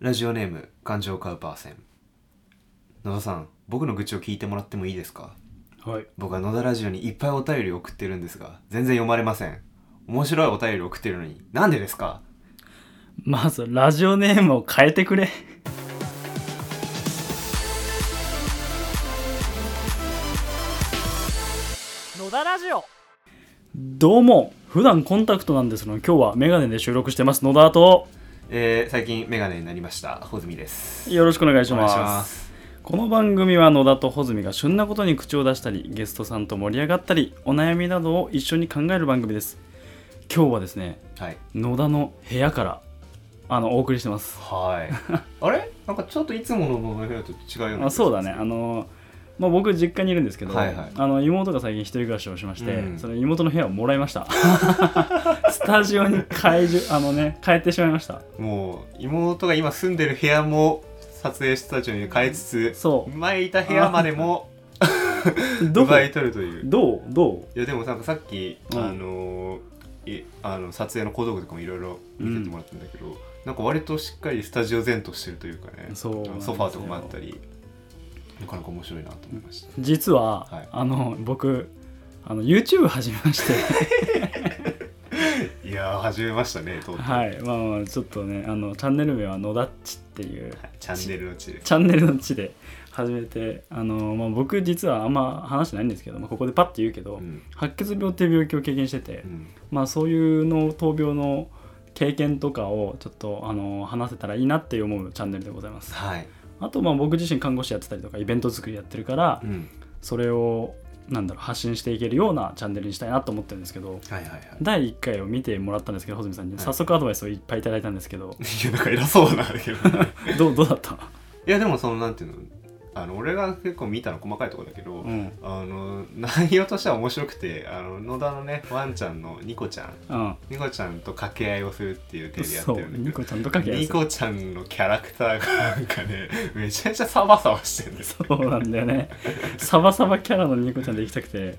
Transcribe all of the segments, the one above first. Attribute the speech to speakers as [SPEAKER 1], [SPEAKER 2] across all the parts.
[SPEAKER 1] ラジオネーム感情カウパーセン野田さん僕の愚痴を聞いてもらってもいいですか
[SPEAKER 2] はい
[SPEAKER 1] 僕は野田ラジオにいっぱいお便り送ってるんですが全然読まれません面白いお便り送ってるのになんでですか
[SPEAKER 2] まずラジオネームを変えてくれ
[SPEAKER 3] 野田ラジオ
[SPEAKER 2] どうも普段コンタクトなんですの今日はメガネで収録してます野田と
[SPEAKER 1] えー、最近メガネになりました穂積です
[SPEAKER 2] よろしくお願いし
[SPEAKER 1] お願い
[SPEAKER 2] ます
[SPEAKER 1] します
[SPEAKER 2] この番組は野田と穂積が旬なことに口を出したりゲストさんと盛り上がったりお悩みなどを一緒に考える番組です今日はですね
[SPEAKER 1] はい
[SPEAKER 2] 野田の部屋からあのお送りしてます
[SPEAKER 1] はい あれなんかちょっといつもの野田部屋と違うような
[SPEAKER 2] あそうだねあのまあ、僕実家にいるんですけど、
[SPEAKER 1] はいはい
[SPEAKER 2] あの妹が最近一人暮らしをしまして、
[SPEAKER 1] うん
[SPEAKER 2] その妹の部屋をもらいました スタジオに変えじゅあのね変えてしまいました
[SPEAKER 1] もう妹が今住んでる部屋も撮影スタジオに変えつつ
[SPEAKER 2] そう
[SPEAKER 1] 前いた部屋までも
[SPEAKER 2] どこ
[SPEAKER 1] 奪い取るという
[SPEAKER 2] どうどう
[SPEAKER 1] いやでもなんかさっき、
[SPEAKER 2] うん
[SPEAKER 1] あのーいあの撮影の小道具とかもいろいろ見せてもらったんだけど、なんか割としっかりスタジオ前としてるというかね
[SPEAKER 2] そうなんです
[SPEAKER 1] ソ
[SPEAKER 2] よ
[SPEAKER 1] ファーとかもあったりなかなか面白いなと思いました、
[SPEAKER 2] 実は、
[SPEAKER 1] はい
[SPEAKER 2] あの僕あの YouTube 始めまして
[SPEAKER 1] いやー始めましたねとうとう、
[SPEAKER 2] はいまあまあちょっとねあのチャンネル名は「野田っち」っていう
[SPEAKER 1] チャンネルの地で
[SPEAKER 2] チャンネルの地で始めてあの、まあ、僕実はあんま話してないんですけど、まあ、ここでパッて言うけど、
[SPEAKER 1] うん
[SPEAKER 2] 白血病っていう病気を経験してて、
[SPEAKER 1] うん
[SPEAKER 2] まあ、そういうの闘病の経験とかをちょっとあの話せたらいいなって思うチャンネルでございます
[SPEAKER 1] はい、
[SPEAKER 2] あとまあ僕自身看護師やってたりとかイベント作りやってるから
[SPEAKER 1] うん、
[SPEAKER 2] それをなんだろう発信していけるようなチャンネルにしたいなと思ってるんですけど
[SPEAKER 1] はいはいはい
[SPEAKER 2] 第1回を見てもらったんですけど穂積さんに
[SPEAKER 1] はい
[SPEAKER 2] 早速アドバイスをいっぱいいただいたんですけ ど
[SPEAKER 1] いやなんか偉そうなんだけど
[SPEAKER 2] どうどうだった、
[SPEAKER 1] いやでもそのなんていうのあの俺が結構見たの細かいところだけど、
[SPEAKER 2] うん
[SPEAKER 1] あの内容としては面白くてあの野田のねワンちゃんのニコちゃん
[SPEAKER 2] うん、
[SPEAKER 1] ニコちゃんと掛け合いをするっていう手でやって
[SPEAKER 2] そう
[SPEAKER 1] るんだ
[SPEAKER 2] ニ
[SPEAKER 1] けど
[SPEAKER 2] コちゃんとかけや
[SPEAKER 1] ニ
[SPEAKER 2] す
[SPEAKER 1] コちゃんのキャラクターがなんかね めちゃめちゃサバサバしてるんです
[SPEAKER 2] そうなんだよねサバサバキャラのニコちゃんでいきたくて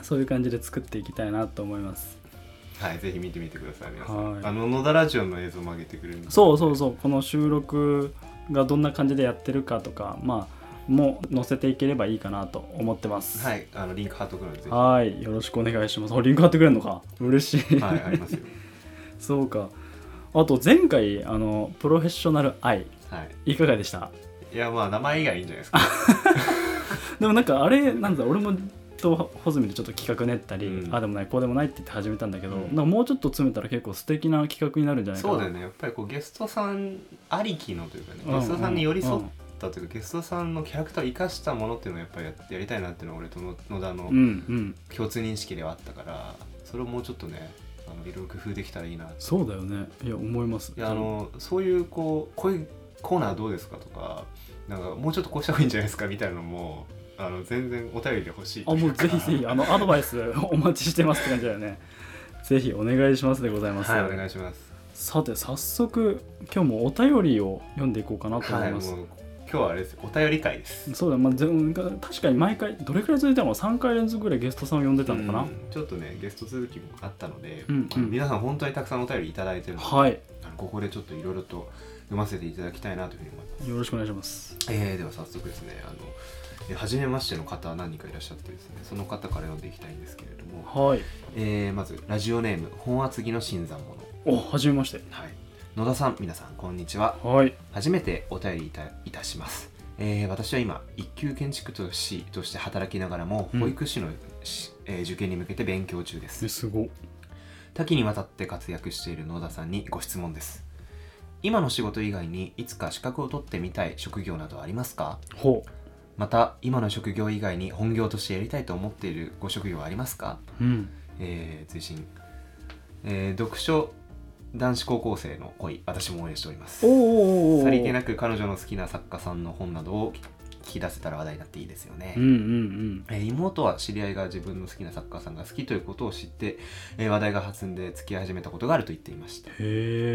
[SPEAKER 2] そういう感じで作っていきたいなと思います
[SPEAKER 1] はいぜひ見てみてください皆さ
[SPEAKER 2] はい
[SPEAKER 1] んあの野田ラジオの映像も上げてくれるんで
[SPEAKER 2] そうそうそうこの収録がどんな感じでやってるかとかまあもう載せていければいいかなと思ってます
[SPEAKER 1] はいあのリンク貼っとくのでぜひは
[SPEAKER 2] はーいよろしくお願いしますおリンク貼ってくれるのか嬉しい、
[SPEAKER 1] いありますよ
[SPEAKER 2] そうかあと前回あのプロフェッショナル愛
[SPEAKER 1] はい
[SPEAKER 2] いかがでした
[SPEAKER 1] いやまあ名前以外いいんじゃないですか
[SPEAKER 2] でもなんかあれなんだ俺もと穂積でちょっと企画練ったり、
[SPEAKER 1] うん
[SPEAKER 2] あでもないこうでもないって言って始めたんだけど、
[SPEAKER 1] うん
[SPEAKER 2] なんかもうちょっと詰めたら結構素敵な企画になるんじゃないかな
[SPEAKER 1] そうだよねやっぱりこうゲストさんありきのというかね
[SPEAKER 2] うん
[SPEAKER 1] ゲストさんに寄り添
[SPEAKER 2] う
[SPEAKER 1] っ
[SPEAKER 2] ん
[SPEAKER 1] たというかゲストさんのキャラクターを生かしたものっていうのをやっぱりややりたいなっていうのは俺との野田の
[SPEAKER 2] うんうん
[SPEAKER 1] 共通認識ではあったからそれをもうちょっとねあのいろいろ工夫できたらいいなって
[SPEAKER 2] そうだよねいや思います
[SPEAKER 1] いやあのそういうこうこういうコーナーどうですかとかなんかもうちょっとこうした方がいいんじゃないですかみたいなのもあの全然お便りで欲しい
[SPEAKER 2] あもうぜひぜひあのアドバイス お待ちしてますって感じだよね。ぜひお願いしますでございます。
[SPEAKER 1] はいお願いします
[SPEAKER 2] さて早速今日もお便りを読んでいこうかなと思
[SPEAKER 1] はい
[SPEAKER 2] い
[SPEAKER 1] も
[SPEAKER 2] ま
[SPEAKER 1] う
[SPEAKER 2] す。
[SPEAKER 1] 今日はあれですお便り会です
[SPEAKER 2] そうだ、まあ、ぜ確かに毎回どれくらい続いたの ?3 回連続ぐらいゲストさんを呼んでたのかな、
[SPEAKER 1] うんちょっとねゲスト続きもあったので、
[SPEAKER 2] うんうん
[SPEAKER 1] 皆さん本当にたくさんお便りいただいてるので、
[SPEAKER 2] はい。
[SPEAKER 1] あのここでちょっといろいろと読ませていただきたいなというふうに思います
[SPEAKER 2] よろしくお願いします。
[SPEAKER 1] えー、では早速ですねあのえー初めましての方何人かいらっしゃってですねその方から読んでいきたいんですけれども、
[SPEAKER 2] はい。
[SPEAKER 1] えー、まずラジオネーム本厚木の新参者、
[SPEAKER 2] お、はじめまして。
[SPEAKER 1] はい、野田さん皆さんこんにちは
[SPEAKER 2] はい。
[SPEAKER 1] 初めてお便りいたいたします、えー私は今一級建築士として働きながらも
[SPEAKER 2] うん
[SPEAKER 1] 保育士の、しえー受験に向けて勉強中です
[SPEAKER 2] え、すごっ。
[SPEAKER 1] 多岐にわたって活躍している野田さんにご質問です今の仕事以外にいつか資格を取ってみたい職業などありますか
[SPEAKER 2] ほ
[SPEAKER 1] また今の職業以外に本業としてやりたいと思っているご職業はありますか、
[SPEAKER 2] う。うん。
[SPEAKER 1] えー、追伸、えー読書男子高校生の恋私も応援しております
[SPEAKER 2] おーおーおーおー
[SPEAKER 1] さりげなく彼女の好きな作家さんの本などを聞き出せたら話題になっていいですよね、
[SPEAKER 2] うんうん
[SPEAKER 1] えー妹は知り合いが自分の好きな作家さんが好きということを知って、えー話題が弾んで付き合い始めたことがあると言っていました
[SPEAKER 2] うん。へ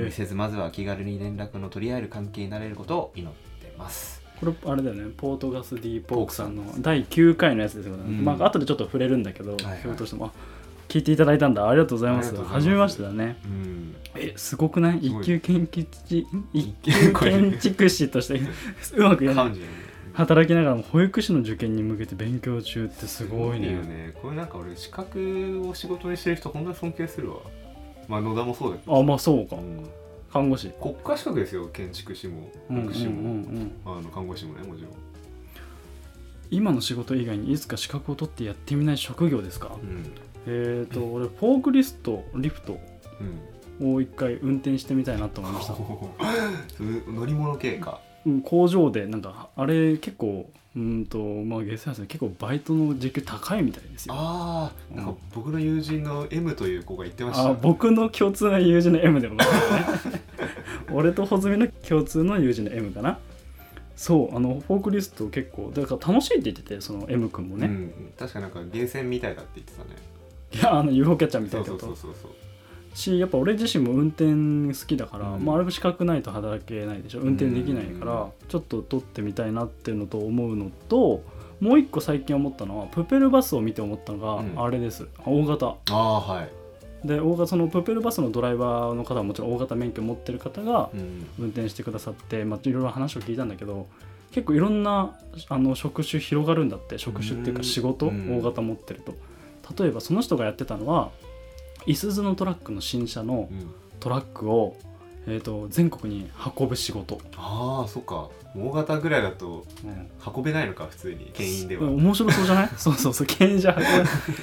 [SPEAKER 1] 見
[SPEAKER 2] え。
[SPEAKER 1] せずまずは気軽に連絡の取り合える関係になれることを祈ってます
[SPEAKER 2] これあれだよねポートガス・ディー・ポークさんの
[SPEAKER 1] ポークさん
[SPEAKER 2] 第9回のやつですよね、
[SPEAKER 1] うん
[SPEAKER 2] まあ後でちょっと触れるんだけど、
[SPEAKER 1] いはい
[SPEAKER 2] ひょっとしてもあ聞いていただいたんだありがとうございます
[SPEAKER 1] ありがとうございます
[SPEAKER 2] 初めましてだね
[SPEAKER 1] うん
[SPEAKER 2] えすごくない
[SPEAKER 1] すごい
[SPEAKER 2] 一級建築士一
[SPEAKER 1] 一
[SPEAKER 2] 級
[SPEAKER 1] 級
[SPEAKER 2] 建築士としてうまく言えない
[SPEAKER 1] 感じだよね
[SPEAKER 2] 働きながらも保育士の受験に向けて勉強中ってすごいね
[SPEAKER 1] よねこれなんか俺資格を仕事にしてる人ほんとに尊敬するわまあ野田もそうだけど
[SPEAKER 2] あまあそうか
[SPEAKER 1] うん
[SPEAKER 2] 看護師
[SPEAKER 1] 国家資格ですよ建築士も
[SPEAKER 2] うんうんう
[SPEAKER 1] 福
[SPEAKER 2] ん
[SPEAKER 1] 祉も、
[SPEAKER 2] うん
[SPEAKER 1] あの看護師もねもちろん
[SPEAKER 2] 今の仕事以外にいつか資格を取ってやってみない職業ですか
[SPEAKER 1] うん、
[SPEAKER 2] えっ、と俺フォークリストリフト
[SPEAKER 1] うん、
[SPEAKER 2] を一回運転してみたいなと思いました、
[SPEAKER 1] 乗り物系か
[SPEAKER 2] うん、工場でなんかあれ結構うんとまあゲスハウスで結構バイトの時給高いみたいですよ
[SPEAKER 1] ああなん
[SPEAKER 2] う
[SPEAKER 1] か
[SPEAKER 2] ん
[SPEAKER 1] 僕の友人の M という子が言ってました
[SPEAKER 2] あ僕の共通の友人の M でもない ですね俺と穂積の共通の友人の M かなそうあのフォークリスト結構だから楽しいって言っててその M 君もね、
[SPEAKER 1] うん、確かなんかゲーセンみたいだって言ってたね
[SPEAKER 2] いやあの UFO キャッチャーみた
[SPEAKER 1] そ
[SPEAKER 2] いうな
[SPEAKER 1] そ
[SPEAKER 2] こ
[SPEAKER 1] うそ
[SPEAKER 2] と
[SPEAKER 1] うそうそう
[SPEAKER 2] しやっぱ俺自身も運転好きだから、
[SPEAKER 1] うん
[SPEAKER 2] まあ、あれも資格ないと働けないでしょ運転できないから、
[SPEAKER 1] うん
[SPEAKER 2] ちょっと取ってみたいなっていうのと思うのともう一個最近思ったのはプペルバスを見て思ったの
[SPEAKER 1] うん
[SPEAKER 2] があれです、大型
[SPEAKER 1] ああはい、
[SPEAKER 2] で大型そのプペルバスのドライバーの方はもちろん大型免許持ってる方が
[SPEAKER 1] うん、
[SPEAKER 2] 運転してくださって、まあ、いろいろ話を聞いたんだけど結構いろんなあの職種広がるんだって職種っていうか仕事、
[SPEAKER 1] うん
[SPEAKER 2] 大型持ってると例えばその人がやってたのはいすゞのトラックの新車の
[SPEAKER 1] うん、
[SPEAKER 2] トラックを、えー、と全国に運ぶ仕事、
[SPEAKER 1] ああそっか大型ぐらいだと運べないのか普通に牽引では、
[SPEAKER 2] 面白そうじ ゃないそうそう そう牽引車運ぶ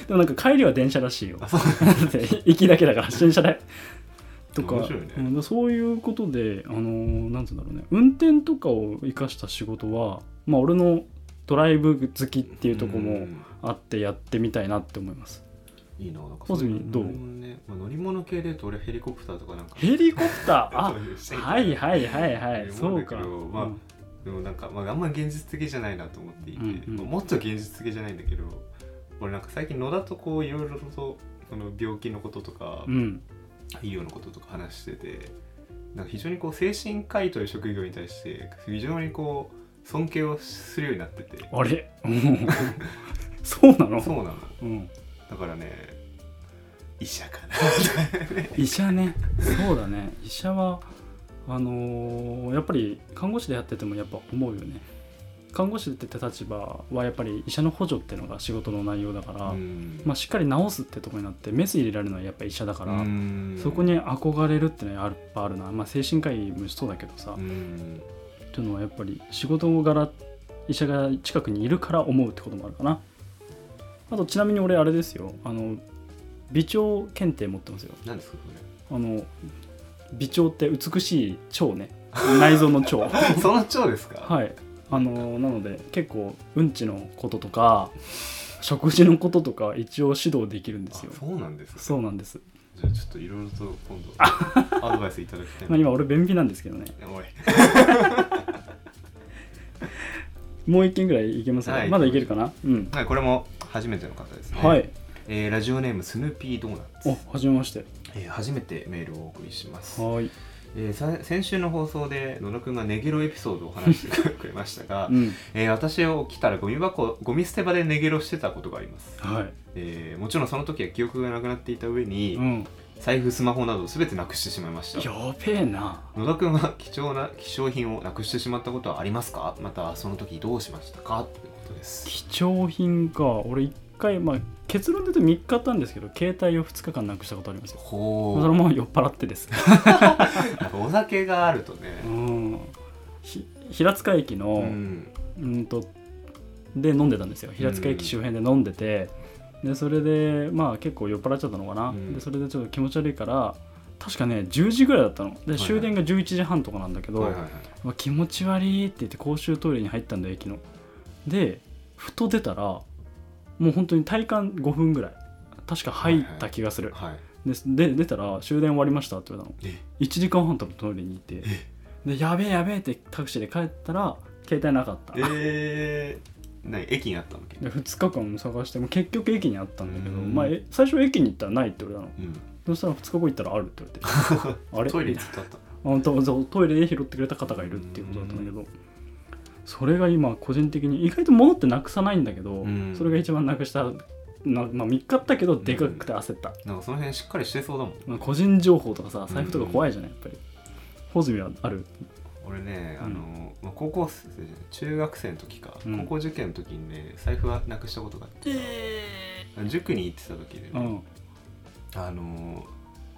[SPEAKER 2] でもなんか帰りは電車らしいよ
[SPEAKER 1] あそう
[SPEAKER 2] だ って行きだけだから 新車でとか、
[SPEAKER 1] 面白いね
[SPEAKER 2] うんそういうことで、あのーなんつうんだろうね運転とかを生かした仕事はまあ俺のドライブ好きっていうとこ
[SPEAKER 1] う
[SPEAKER 2] も
[SPEAKER 1] ん
[SPEAKER 2] あってやってみたいなって思います、
[SPEAKER 1] いいななんか
[SPEAKER 2] 穂積どう
[SPEAKER 1] 乗り物ね、まあ、乗り物系で言うと俺ヘリコプターとかなんか
[SPEAKER 2] ヘリコプター あ
[SPEAKER 1] は
[SPEAKER 2] はいはいはいはい
[SPEAKER 1] い
[SPEAKER 2] そ
[SPEAKER 1] 思う
[SPEAKER 2] うか、
[SPEAKER 1] んだけどまあ
[SPEAKER 2] うん
[SPEAKER 1] でもなんか、まあ、あんま現実的じゃないなと思っていて、
[SPEAKER 2] うんうん
[SPEAKER 1] まあもっと現実的じゃないんだけど俺なんか最近野田とこういろいろとその病気のこととか、
[SPEAKER 2] うん
[SPEAKER 1] 医療のこととか話しててなんか非常にこう精神科医という職業に対して非常にこう尊敬をするようになってて
[SPEAKER 2] あれ うんそうなの
[SPEAKER 1] そうなの
[SPEAKER 2] うん、
[SPEAKER 1] だからね医者かな
[SPEAKER 2] 医者ねそうだね医者はあのーやっぱり看護師でやっててもやっぱ思うよね看護師って立場はやっぱり医者の補助っていうのが仕事の内容だから、
[SPEAKER 1] うん
[SPEAKER 2] まあ、しっかり治すってとこになってメス入れられるのはやっぱ医者だから、
[SPEAKER 1] うん
[SPEAKER 2] そこに憧れるってのはやっぱあるな、まあ、精神科医もそうだけどさ、
[SPEAKER 1] う
[SPEAKER 2] っ
[SPEAKER 1] ん
[SPEAKER 2] ていうのはやっぱり仕事柄医者が近くにいるから思うってこともあるかなあとちなみに俺あれですよあの微調検定持ってますよ
[SPEAKER 1] 何ですかこ
[SPEAKER 2] あの美腸って美しい腸ね内臓の腸
[SPEAKER 1] れその腸ですか、
[SPEAKER 2] はいあのなので結構うんちのこととか食事のこととか一応指導できるんですよ
[SPEAKER 1] あそうなんですか
[SPEAKER 2] そうなんです、
[SPEAKER 1] じゃあちょっといろいろと今度 アドバイスいただきたい
[SPEAKER 2] ま
[SPEAKER 1] な。
[SPEAKER 2] あ、今俺便秘なんですけどね
[SPEAKER 1] おい
[SPEAKER 2] もう一件ぐらいいけますね、
[SPEAKER 1] はい
[SPEAKER 2] まだいけるかなうん
[SPEAKER 1] はい、これも初めての方ですね。
[SPEAKER 2] はい
[SPEAKER 1] えーラジオネームスヌーピードーナツ、
[SPEAKER 2] おはじめまして
[SPEAKER 1] えー初めてメールをお送りします。
[SPEAKER 2] はーい、
[SPEAKER 1] えーさ先週の放送で野呂くんがネゲロエピソードを話してくれましたが、
[SPEAKER 2] うん
[SPEAKER 1] えー私は起きたらゴミ箱ゴミ捨て場でネゲロしてたことがあります。
[SPEAKER 2] はい
[SPEAKER 1] えーもちろんその時は記憶がなくなっていた上に、
[SPEAKER 2] うん、
[SPEAKER 1] 財布スマホなどすべてなくしてしまいました。
[SPEAKER 2] やべえな
[SPEAKER 1] 野田くんは貴重な希少品をなくしてしまったことはありますかまたその時どうしましたかということです
[SPEAKER 2] 貴重品か俺一回まあ結論で言うと3日あったんですけど携帯を2日間なくしたことありますよ
[SPEAKER 1] ほ
[SPEAKER 2] そ
[SPEAKER 1] う
[SPEAKER 2] れも酔っ払ってです
[SPEAKER 1] やっぱお酒があるとね
[SPEAKER 2] うんひ平塚駅の、
[SPEAKER 1] う
[SPEAKER 2] うん、
[SPEAKER 1] ん
[SPEAKER 2] とで飲んでたんですよ平塚駅周辺で飲んでて、でそれでまあ結構酔っ払っちゃったのかな、
[SPEAKER 1] うん
[SPEAKER 2] でそれでちょっと気持ち悪いから確かね10時ぐらいだったので
[SPEAKER 1] い
[SPEAKER 2] 終電が11時半とかなんだけど、
[SPEAKER 1] はいはいは
[SPEAKER 2] うわ気持ち悪いって言って公衆トイレに入ったんだよ駅のでふと出たらもう本当に体感5分ぐらい確か入った気がする、
[SPEAKER 1] いはい
[SPEAKER 2] でで出たら終電終わりましたって言われたの
[SPEAKER 1] え
[SPEAKER 2] 1時間半多分トイレにいてでやべえやべえってタクシーで帰ったら携帯なかった
[SPEAKER 1] えー、何駅にあったのっけ
[SPEAKER 2] で2日間探しても結局駅にあったんだけど、
[SPEAKER 1] うん
[SPEAKER 2] まあ、え最初駅に行ったらないって俺なの
[SPEAKER 1] うん
[SPEAKER 2] そしたら2日後行ったらあるって言 われてあれ
[SPEAKER 1] トイレにずっとあったの
[SPEAKER 2] あとそうトイレで拾ってくれた方がいるっていうことだったんだけどそれが今個人的に意外と物ってなくさないんだけど、
[SPEAKER 1] うん
[SPEAKER 2] それが一番なくしたな、まあ、見っかったけどでかくて焦った、
[SPEAKER 1] なんかその辺しっかりしてそうだもん
[SPEAKER 2] まあ、個人情報とかさ財布とか怖いじゃないやっぱり穂積はある
[SPEAKER 1] 俺ね、
[SPEAKER 2] うん
[SPEAKER 1] あのまあ、高校生中学生の時か、
[SPEAKER 2] うん
[SPEAKER 1] 高校受験の時にね財布はなくしたことがあって、塾に行ってた時でね、
[SPEAKER 2] うん
[SPEAKER 1] あの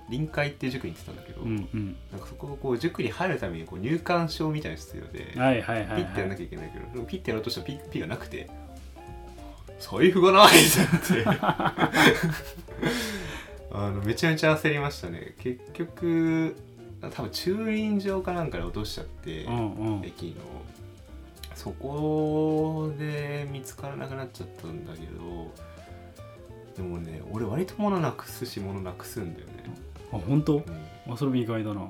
[SPEAKER 1] 臨海っていう塾に行ってたんだけど、
[SPEAKER 2] うん
[SPEAKER 1] なんかそこをこう塾に入るためにこう入館証みたいなの必要で、
[SPEAKER 2] うんはいはいは
[SPEAKER 1] ピ
[SPEAKER 2] い、
[SPEAKER 1] ッてやらな
[SPEAKER 2] は
[SPEAKER 1] きゃいけないけど、でもピッてやろうとしたらピピがなくて財布がない ってなってあのめちゃめちゃ焦りましたね結局多分駐輪場かなんかで落としちゃって、
[SPEAKER 2] い、うんうん
[SPEAKER 1] 駅のそこで見つからなくなっちゃったんだけどでもね俺割と物なくすし物なくすんだよね、
[SPEAKER 2] あ本
[SPEAKER 1] う
[SPEAKER 2] 当
[SPEAKER 1] ん
[SPEAKER 2] あそれも意外だな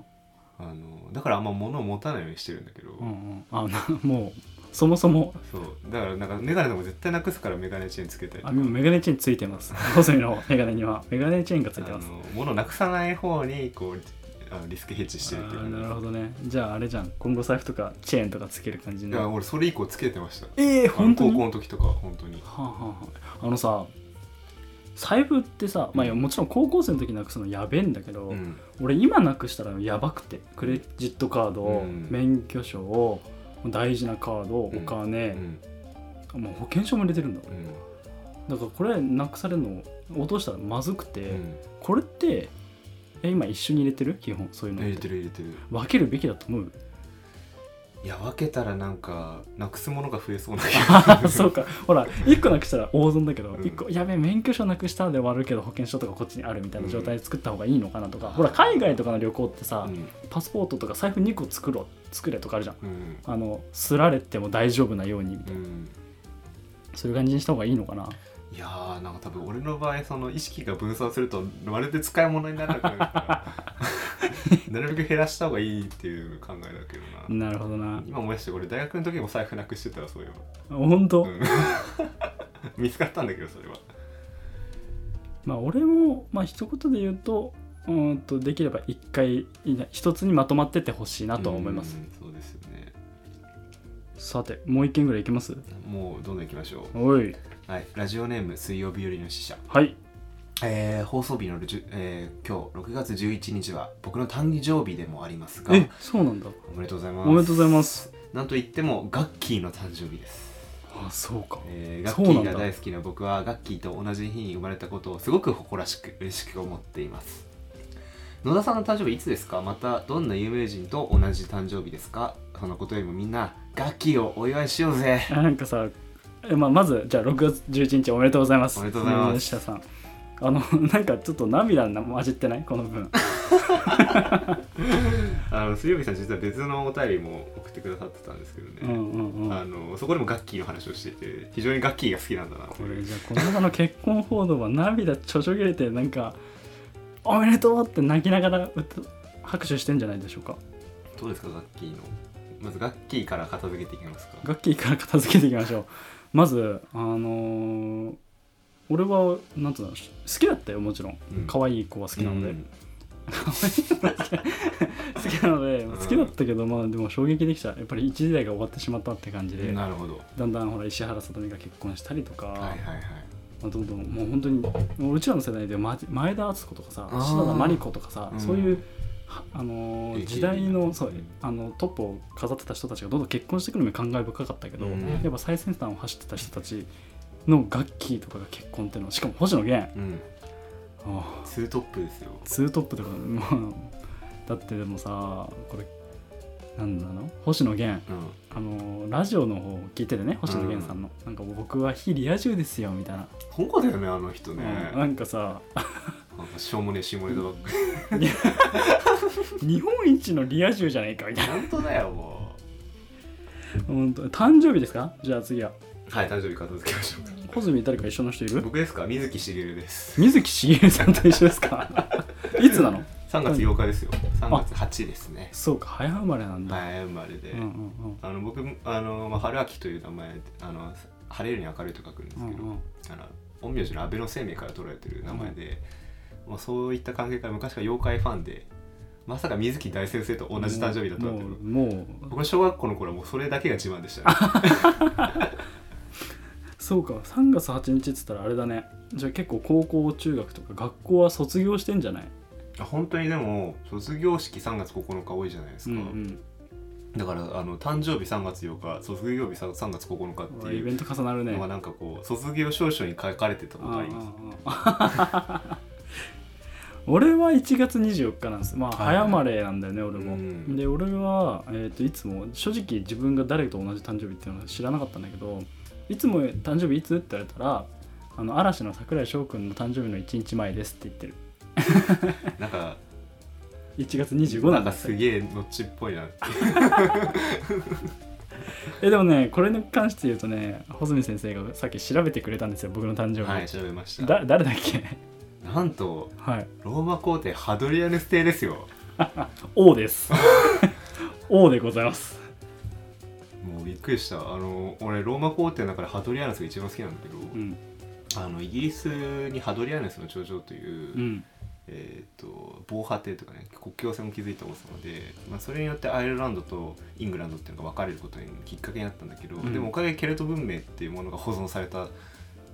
[SPEAKER 1] あのだからあんま物を持たないようにしてるんだけど、
[SPEAKER 2] うんうんあなもうそもそも
[SPEAKER 1] そうだからなんかメガネでも絶対なくすからメガネチェーンつけたりと
[SPEAKER 2] あ
[SPEAKER 1] か
[SPEAKER 2] もうメガネチェーンついてます細身のメガネにはメガネチェーンがついて
[SPEAKER 1] あ
[SPEAKER 2] ます
[SPEAKER 1] の物なくさない方にこうあのリスクヘッジしてるっていう
[SPEAKER 2] あー
[SPEAKER 1] 感じ
[SPEAKER 2] なるほどねじゃああれじゃん今後財布とかチェーンとかつける感じ
[SPEAKER 1] い
[SPEAKER 2] ね
[SPEAKER 1] や俺それ以降つけてました
[SPEAKER 2] ええ本当
[SPEAKER 1] あ
[SPEAKER 2] に
[SPEAKER 1] の高校
[SPEAKER 2] は
[SPEAKER 1] の時とか本当に
[SPEAKER 2] あ、はあはあ、あのさ財布ってさ、まあ、いやもちろん高校生の時なくすのやべえんだけど、
[SPEAKER 1] うん
[SPEAKER 2] 俺今なくしたらやばくてクレジットカード、
[SPEAKER 1] うん
[SPEAKER 2] 免許証を大事なカードお
[SPEAKER 1] う
[SPEAKER 2] 金、
[SPEAKER 1] ん
[SPEAKER 2] もう保険証も入れてるんだ
[SPEAKER 1] うん
[SPEAKER 2] だからこれなくされるの落としたらまずくて、
[SPEAKER 1] うん
[SPEAKER 2] これってえ今一緒に入れてる基本そういうのっ
[SPEAKER 1] 入れ
[SPEAKER 2] て
[SPEAKER 1] てる入れてる
[SPEAKER 2] 分けるべきだと思う
[SPEAKER 1] いや分けたらなんかなくすものが増えそうな気
[SPEAKER 2] あ
[SPEAKER 1] が
[SPEAKER 2] ー
[SPEAKER 1] する
[SPEAKER 2] そうかほら1個なくしたら大損だけど、
[SPEAKER 1] うん
[SPEAKER 2] 一個やべえ免許証なくしたで終わるけど保険証とかこっちにあるみたいな状態で作った方がいいのかなとか、
[SPEAKER 1] うん
[SPEAKER 2] ほら海外とかの旅行ってさ、
[SPEAKER 1] うん
[SPEAKER 2] パスポートとか財布2個作ろう作れとかあるじゃん
[SPEAKER 1] うん
[SPEAKER 2] あのすられても大丈夫なようにみた
[SPEAKER 1] う
[SPEAKER 2] いな、
[SPEAKER 1] ん
[SPEAKER 2] そういう感じにした方がいいのかない
[SPEAKER 1] やーなんか多分俺の場合その意識が分散するとまるで使い物にならなくなるから なるべく減らした方がいいっていう考えだけどな、
[SPEAKER 2] なるほどな
[SPEAKER 1] 今思い出して俺大学の時も財布なくしてたらそういえ
[SPEAKER 2] 本当、
[SPEAKER 1] ば、うん 見つかったんだけどそれは
[SPEAKER 2] まあ俺もまあ一言で言うとうーんとできれば一回いな一つにまとまっててほしいなとは思います、
[SPEAKER 1] うんそうですよね
[SPEAKER 2] さてもう一件ぐらいいきます
[SPEAKER 1] もうどんどんいきましょ
[SPEAKER 2] おいう
[SPEAKER 1] はいラジオネーム水曜日よりの使者
[SPEAKER 2] はい
[SPEAKER 1] えー放送日のじゅ、えー今日6月11日は僕の誕生日でもありますが
[SPEAKER 2] えそうなんだ
[SPEAKER 1] おめでとうございます
[SPEAKER 2] おめでとうございます
[SPEAKER 1] なんといってもガッキーの誕生日です、
[SPEAKER 2] あそうか
[SPEAKER 1] えーガッ
[SPEAKER 2] そう
[SPEAKER 1] キ
[SPEAKER 2] な
[SPEAKER 1] ー
[SPEAKER 2] んだ
[SPEAKER 1] が大好きな僕はガッキーと同じ日に生まれたことをすごく誇らしく嬉しく思っています野田さんの誕生日いつですかまたどんな有名人と同じ誕生日ですかそのことよりもみんなガッキーをお祝いしようぜ
[SPEAKER 2] あなんかさ、えまあ、まずじゃあ6月11日おめでとうございます
[SPEAKER 1] おめでとうございます
[SPEAKER 2] 下さんあのなんかちょっと涙な混じってないこの分
[SPEAKER 1] あの水曜日さん実は別のお便りも送ってくださってたんですけどね、
[SPEAKER 2] うんうんうん
[SPEAKER 1] あのそこでもガッキーの話をしてて非常にガッキーが好きなんだな
[SPEAKER 2] これじゃあこの間の結婚報道は涙ちょちょぎれてなんか「おめでとう!」って泣きながらうつ拍手してんじゃないでしょうか
[SPEAKER 1] どうですかガッキーのまずガッキーから片付けていきますか
[SPEAKER 2] 楽器から片付けていきま しょうまずあのー俺はなんつうの好きだったよもちろん
[SPEAKER 1] うん
[SPEAKER 2] 可愛い子は好きなので、
[SPEAKER 1] うん
[SPEAKER 2] 好きなので好きだったけど、まあでも衝撃できたやっぱり一時代が終わってしまったって感じで、
[SPEAKER 1] なるほど
[SPEAKER 2] だんだんほら石原さとみが結婚したりとか、
[SPEAKER 1] はいはいはい
[SPEAKER 2] まあ、どんどんもう本当にもううちらの世代でま前田敦子とかさ
[SPEAKER 1] あー
[SPEAKER 2] 篠田真理子とかさ、
[SPEAKER 1] うん
[SPEAKER 2] そういう、はあのー
[SPEAKER 1] AKB
[SPEAKER 2] 時代のそう
[SPEAKER 1] うん
[SPEAKER 2] あのトップを飾ってた人たちがどんどん結婚してくるのも感慨深かったけど、
[SPEAKER 1] うん
[SPEAKER 2] やっぱ最先端を走ってた人たちの楽器とかが結婚っていうのはしかも星野源
[SPEAKER 1] うん
[SPEAKER 2] あ
[SPEAKER 1] ツートップですよ
[SPEAKER 2] ーツートップとか もうだってでもさこれなんだの星野源
[SPEAKER 1] うん
[SPEAKER 2] あのーラジオの方を聞いててね星野源さんの、なんか僕は非リア充ですよみたいな、
[SPEAKER 1] 本郷だよねあの人ね、
[SPEAKER 2] うんなんかさ
[SPEAKER 1] なんかしょうもねえしもねえだばっか り
[SPEAKER 2] 日本一のリア充じゃないかみたいな
[SPEAKER 1] 本当だよも
[SPEAKER 2] 本当誕生日ですかじゃあ次は
[SPEAKER 1] うはい誕生日片付けましょ
[SPEAKER 2] 穂積誰か一緒の人いうる
[SPEAKER 1] 僕ですか水木しげるです
[SPEAKER 2] 水木しげるさんと一緒ですか いつなの
[SPEAKER 1] 3月8日ですよ3月8ですね
[SPEAKER 2] そうか早生まれなんだ、
[SPEAKER 1] 前生まれで、
[SPEAKER 2] うんうん
[SPEAKER 1] あの僕あの、まあ、春秋という名前あの晴れるに明るいと書くんです
[SPEAKER 2] う
[SPEAKER 1] け
[SPEAKER 2] ん
[SPEAKER 1] ど、
[SPEAKER 2] うんうん
[SPEAKER 1] あの陰陽師の安倍の生命から取られてる名前で、まあ、そういった関係から昔から妖怪ファンでまさか水木大先生と同じ誕生日だとはって
[SPEAKER 2] もうもう
[SPEAKER 1] 僕の小学校の頃はもうそれだけが自慢でしたね
[SPEAKER 2] そうか3月8日っつったらあれだねじゃあ結構高校中学とか学校は卒業してんじゃない
[SPEAKER 1] あ本当にでも卒業式3月9日多いじゃないです
[SPEAKER 2] うん
[SPEAKER 1] か、
[SPEAKER 2] うん
[SPEAKER 1] だからあの誕生日3月8日卒業日3月9日っ
[SPEAKER 2] うわ
[SPEAKER 1] て
[SPEAKER 2] イ
[SPEAKER 1] い
[SPEAKER 2] ベ
[SPEAKER 1] う
[SPEAKER 2] ント重なるね
[SPEAKER 1] のがなんかこう卒業証書に書かれてたことあります
[SPEAKER 2] ああああ 俺は1月24日なんですまあ
[SPEAKER 1] はい
[SPEAKER 2] 早生まれなんだよね俺も、
[SPEAKER 1] うん
[SPEAKER 2] で俺は、えー、といつも正直自分が誰と同じ誕生日っていうのは知らなかったんだけどいつも誕生日いつって言われたらあの嵐の櫻井翔くんの誕生日の1日前ですって言ってる
[SPEAKER 1] なんか
[SPEAKER 2] 1月25
[SPEAKER 1] な
[SPEAKER 2] なんん
[SPEAKER 1] か
[SPEAKER 2] だ
[SPEAKER 1] すげえのっちっぽいな
[SPEAKER 2] えでもねこれに関して言うとね穂積先生がさっき調べてくれたんですよ僕の誕生日、
[SPEAKER 1] はい調べました
[SPEAKER 2] だ誰だっけ
[SPEAKER 1] なんと
[SPEAKER 2] はい
[SPEAKER 1] ローマ皇帝ハドリアヌス帝ですよ
[SPEAKER 2] 王です 王でございます
[SPEAKER 1] もうびっくりしたあの俺ローマ皇帝の中でハドリアヌスが一番好きなんだけど、
[SPEAKER 2] うん
[SPEAKER 1] あのイギリスにハドリアヌスの頂上という、
[SPEAKER 2] うん
[SPEAKER 1] えー、と防波堤とかね国境線を築いた王様で、まあ、それによってアイルランドとイングランドっていうのが分かれることにきっかけになったんだけど、
[SPEAKER 2] うん
[SPEAKER 1] でもおかげでケルト文明っていうものが保存された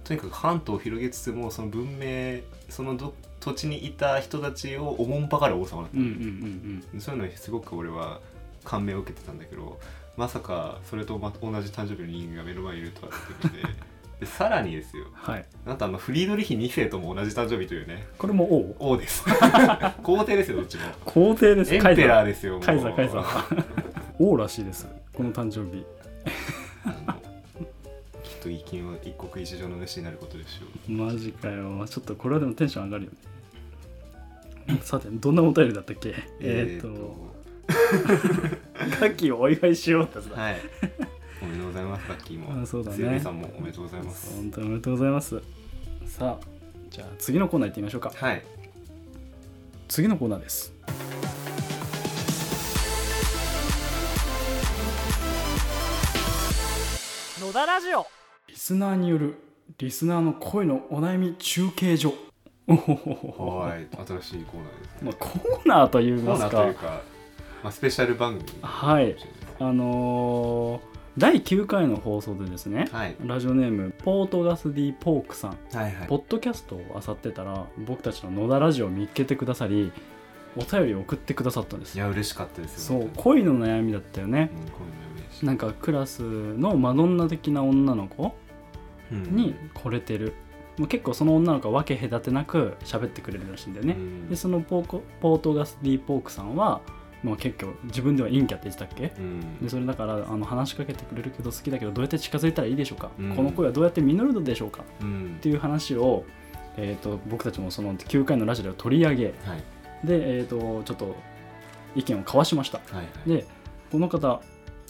[SPEAKER 1] とにかく半島を広げつつもその文明そのど土地にいた人たちをおもんぱかる王様だった
[SPEAKER 2] うんうんうん
[SPEAKER 1] そういうのにすごく俺は感銘を受けてたんだけどまさかそれとま同じ誕生日の人間が目の前にいるとはっていうのででさらにですよ
[SPEAKER 2] はい
[SPEAKER 1] なんとあのフリードリヒ2世とも同じ誕生日というね
[SPEAKER 2] これも王
[SPEAKER 1] 王です 皇帝ですよどっちも
[SPEAKER 2] 皇帝です
[SPEAKER 1] エンペラーですよもう
[SPEAKER 2] カイザーカイザーカイザー王らしいですこの誕生日
[SPEAKER 1] あのきっと一金は一国一城の主になることでしょう
[SPEAKER 2] マジかよちょっとこれはでもテンション上がるよねさてどんなお便りだったっけえっ、
[SPEAKER 1] ー
[SPEAKER 2] と夏季をお祝いしようってやつだ
[SPEAKER 1] はいおめでとうございますラッキーも
[SPEAKER 2] あそうだね
[SPEAKER 1] 強みさんもおめでとうございます
[SPEAKER 2] 本当におめでとうございますさあじゃあ次のコーナー行ってみましょうか
[SPEAKER 1] はい
[SPEAKER 2] 次のコーナーです
[SPEAKER 3] 野田ラジオ
[SPEAKER 2] リスナーによるリスナーの声のお悩み中継所おほほほほ
[SPEAKER 1] はい新しいコーナーですね
[SPEAKER 2] まあ、コーナーといい
[SPEAKER 1] コ
[SPEAKER 2] ま
[SPEAKER 1] ー
[SPEAKER 2] す
[SPEAKER 1] ナー
[SPEAKER 2] か
[SPEAKER 1] というか、まあ、スペシャル番組か
[SPEAKER 2] はい
[SPEAKER 1] もしれない
[SPEAKER 2] あのー第9回の放送でですね、
[SPEAKER 1] はい、
[SPEAKER 2] ラジオネームポートガス・ディ・ポークさん、
[SPEAKER 1] はいはい
[SPEAKER 2] ポッドキャストを漁ってたら僕たちの野田ラジオを見つけてくださりお便りを送ってくださったんです
[SPEAKER 1] いや嬉しかったです
[SPEAKER 2] そう
[SPEAKER 1] 本当に
[SPEAKER 2] 恋の悩みだったよね
[SPEAKER 1] うんこういうの嬉しい
[SPEAKER 2] なんかクラスのマドンナ的な女の子
[SPEAKER 1] うん
[SPEAKER 2] に惚れてる、もう結構その女の子は分け隔てなく喋ってくれるらしいんだよね、
[SPEAKER 1] うん
[SPEAKER 2] でそのポーコポートガス・ディ・ポークさんは、まあ、結構自分では陰キャって言ってたっけ
[SPEAKER 1] うん
[SPEAKER 2] でそれだからあの話しかけてくれるけど好きだけどどうやって近づいたらいいでしょうか、
[SPEAKER 1] うん
[SPEAKER 2] この声はどうやって実るのでしょうか
[SPEAKER 1] うん
[SPEAKER 2] っていう話を、えー、と僕たちもその9回のラジオで取り上げで、
[SPEAKER 1] はい
[SPEAKER 2] えー、とちょっと意見を交わしました
[SPEAKER 1] はいはい
[SPEAKER 2] でこの方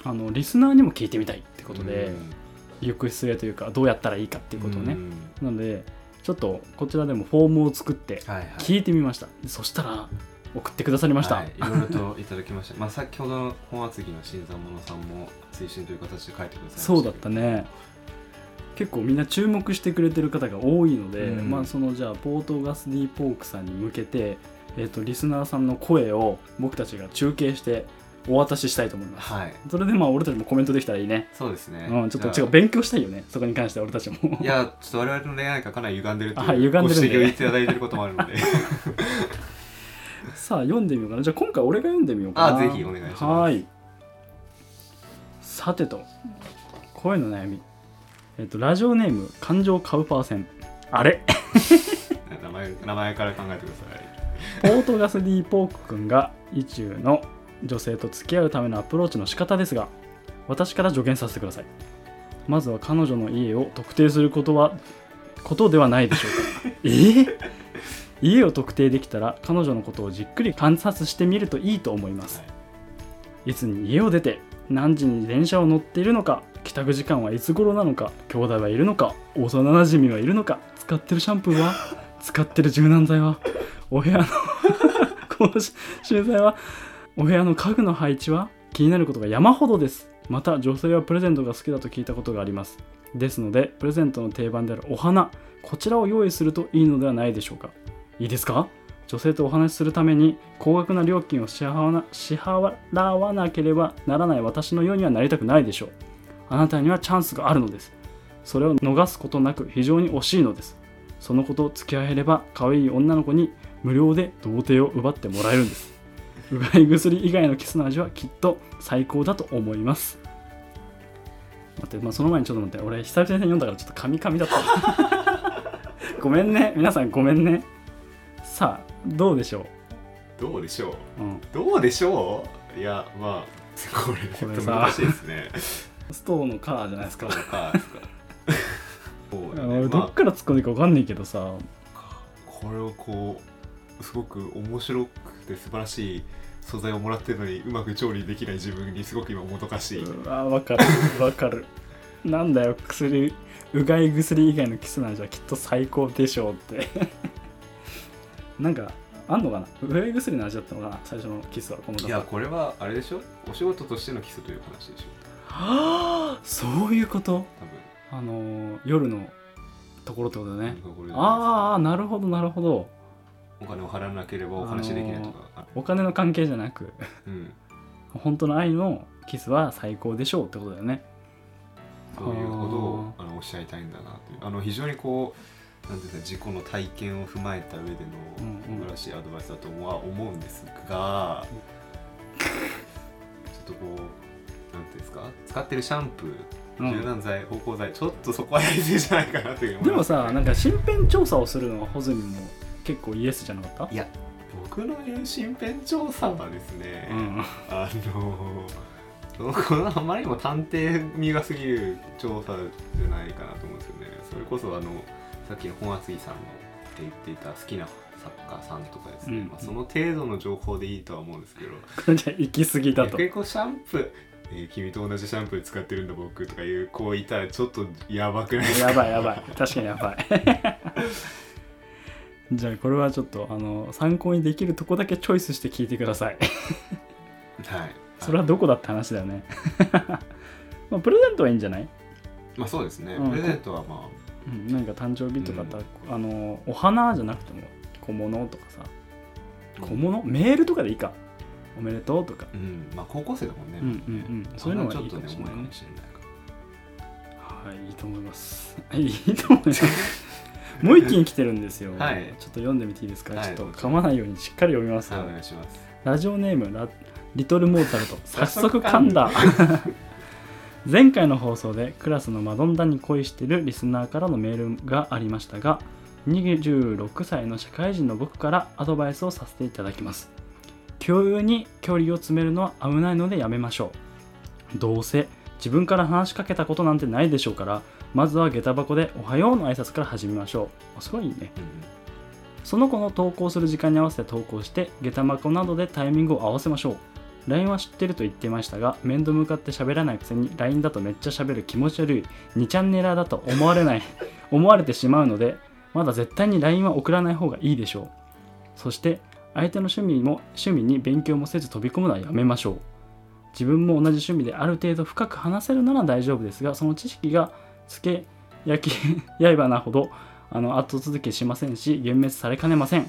[SPEAKER 2] あのリスナーにも聞いてみたいってことで、
[SPEAKER 1] うん
[SPEAKER 2] 行く末というかどうやったらいいかっていうことをね、
[SPEAKER 1] ん
[SPEAKER 2] なのでちょっとこちらでもフォームを作って
[SPEAKER 1] はいはい
[SPEAKER 2] 聞いてみました、でそしたら送ってくださりました、
[SPEAKER 1] はい、いろいろといただきました、 まあ、先ほどの本厚木の新参者さんも推進という形で書いてくださいました
[SPEAKER 2] そうだったね結構みんな注目してくれてる方が多いので、
[SPEAKER 1] うん
[SPEAKER 2] まあそのじゃあポートガス・ディ・ポークさんに向けて、えー、とリスナーさんの声を僕たちが中継してお渡ししたいと思います
[SPEAKER 1] はい
[SPEAKER 2] それでまあ俺たちもコメントできたらいいね、
[SPEAKER 1] そうですね、
[SPEAKER 2] うん、ちょっと
[SPEAKER 1] じゃ
[SPEAKER 2] 違
[SPEAKER 1] あ
[SPEAKER 2] う勉強したいよねそこに関しては俺たちも
[SPEAKER 1] いやちょっと我々の恋愛観かなり歪んでるという
[SPEAKER 2] あ歪んでるんで
[SPEAKER 1] ご指摘をいただいてることもある ので
[SPEAKER 2] さあ読んでみようかなじゃあ今回俺が読んでみようかな
[SPEAKER 1] あぜひお願いします
[SPEAKER 2] はーいさてと声の悩みえっ、とラジオネーム感情カウパー戦あれ
[SPEAKER 1] 名前名前から考えてください
[SPEAKER 2] ポートガス・ディ・ポーク君が意中の女性と付き合うためのアプローチの仕方ですが私から助言させてくださいまずは彼女の家を特定することはことではないでしょうかえー家を特定できたら彼女のことをじっくり観察してみるといいと思います、、
[SPEAKER 1] はい
[SPEAKER 2] つに家を出て何時に電車を乗っているのか帰宅時間はいつ頃なのか兄弟はいるのか幼なじみはいるのか使ってるシャンプーは使ってる柔軟剤はお部屋のこの取材はお部屋の家具の配置は気になることが山ほどですまた女性はプレゼントが好きだと聞いたことがありますですのでプレゼントの定番であるお花こちらを用意するといいのではないでしょうかいいですか女性とお話しするために高額な料金を支払わな支払わなければならない私のようにはなりたくないでしょうあなたにはチャンスがあるのですそれを逃すことなく非常に惜しいのですそのことを付き合えれば可愛い女の子に無料で童貞を奪ってもらえるんですうがい薬以外のキスの味はきっと最高だと思います待って、まあ、その前にちょっと待って俺久々に読んだからちょっとカミカミだった ごめんね皆さんごめんねさあどうでしょ
[SPEAKER 1] どうでしょう
[SPEAKER 2] う、うん、
[SPEAKER 1] どうでしょういやまあこれ
[SPEAKER 2] これさ
[SPEAKER 1] 難しいです ね
[SPEAKER 2] ストーのカーじゃないですか
[SPEAKER 1] そうかですかそう だね
[SPEAKER 2] 俺どっ
[SPEAKER 1] ま
[SPEAKER 2] から突っ込んでいいか分かんないけどさ
[SPEAKER 1] あこれをこうすごく面白くて素晴らしい素材をもらってるのにうまく調理できない自分にすごく今もどかしい、
[SPEAKER 2] あ 分かる分かるなんだよ薬うがい薬以外のキスの味はきっと最高でしょうって なんかあんのかなうがい薬の味だったのかな最初のキスはこの方
[SPEAKER 1] いやこれはあれでしょお仕事としてのキスという話でしょ
[SPEAKER 2] はあ そういうこと
[SPEAKER 1] 多分
[SPEAKER 2] あのー夜のところってことだね
[SPEAKER 1] これで
[SPEAKER 2] あーあーなるほどなるほど
[SPEAKER 1] お金を払わなければお話できないとか、
[SPEAKER 2] お金の関係じゃなく
[SPEAKER 1] うん、
[SPEAKER 2] 本当の愛のキスは最高でしょうってことだよね
[SPEAKER 1] そういうことをあのおっしゃいたいんだなというあの非常にこうなんていうんですか自己の体験を踏まえた上での
[SPEAKER 2] うんうん
[SPEAKER 1] 素晴らしいアドバイスだとは思うんですが、ちょっとこうなんていうんですか使ってるシャンプ
[SPEAKER 2] う
[SPEAKER 1] ー
[SPEAKER 2] ん
[SPEAKER 1] 柔軟剤芳香剤ちょっとそこはやりすぎじゃないかなという
[SPEAKER 2] で
[SPEAKER 1] 思い
[SPEAKER 2] も
[SPEAKER 1] ますね
[SPEAKER 2] さなんか身辺調査をするのはホズミも結構イエスじゃなかった
[SPEAKER 1] いや僕の言う身辺調査はですね、
[SPEAKER 2] うん、
[SPEAKER 1] あのー、このあまりにも探偵味が過ぎる調査じゃないかなと思うんですよねそれこそあのさっきの本厚木さんのって言っていた好きな作家さんとかですね、
[SPEAKER 2] うん
[SPEAKER 1] まあ、その程度の情報でいいとは思うんですけど
[SPEAKER 2] これじゃ行き過ぎだと
[SPEAKER 1] 逆にこうシャンプー、えー君と同じシャンプー使ってるんだ僕」とかいう子いたらちょっとやばくないですか
[SPEAKER 2] やばいやばい確かにやばい じゃあこれはちょっとあの参考にできるとこだけチョイスして聞いてください
[SPEAKER 1] はい
[SPEAKER 2] それはどこだって話だよね まあプレゼントはいいんじゃない、
[SPEAKER 1] まあそうですね、
[SPEAKER 2] うん
[SPEAKER 1] プレゼントはまあ
[SPEAKER 2] うん、なんか誕生日とかだ
[SPEAKER 1] う
[SPEAKER 2] あのお花じゃなくても小物とかさ小物メールとかでいいかおめでとうとか
[SPEAKER 1] うんまあ高校生だもんね、
[SPEAKER 2] うんうんうんそういうのがいいかもし
[SPEAKER 1] ちょ
[SPEAKER 2] れ
[SPEAKER 1] っとね重い
[SPEAKER 2] ない
[SPEAKER 1] か
[SPEAKER 2] ね
[SPEAKER 1] もしれないから
[SPEAKER 2] はいいいと思います いいと思います もう一件来てるんですよ、
[SPEAKER 1] はい
[SPEAKER 2] ちょっと読んでみていいですか、
[SPEAKER 1] はい
[SPEAKER 2] ちょっと噛まないようにしっかり読みますよ、
[SPEAKER 1] はいお願いします
[SPEAKER 2] ラジオネームラリトル・モーツァルト早速噛んだ前回の放送でクラスのマドンナに恋してるリスナーからのメールがありましたが26歳の社会人の僕からアドバイスをさせていただきます急に距離を詰めるのは危ないのでやめましょうどうせ自分から話しかけたことなんてないでしょうからまずは下駄箱で「おはよう」の挨拶から始めましょうあすごいね
[SPEAKER 1] うんうん
[SPEAKER 2] その子の投稿する時間に合わせて投稿して、下駄箱などでタイミングを合わせましょう。LINE は知ってると言ってましたが、面と向かって喋らないくせに LINE だとめっちゃ喋る気持ち悪い、2チャンネラーだと思われない、 思われてしまうので、まだ絶対に LINE は送らない方がいいでしょう。そして、相手の趣味も趣味に勉強もせず飛び込むのはやめましょう。自分も同じ趣味である程度深く話せるなら大丈夫ですが、その知識がつけ焼き 刃なほどあの後続けしませんし幻滅されかねません